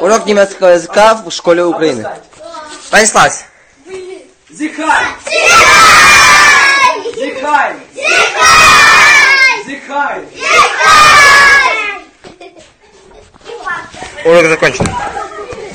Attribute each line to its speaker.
Speaker 1: Урок німецького язика в школі України. Паниславсь.
Speaker 2: Зіхай! Зіхай! Зіхай!
Speaker 1: Урок закончен.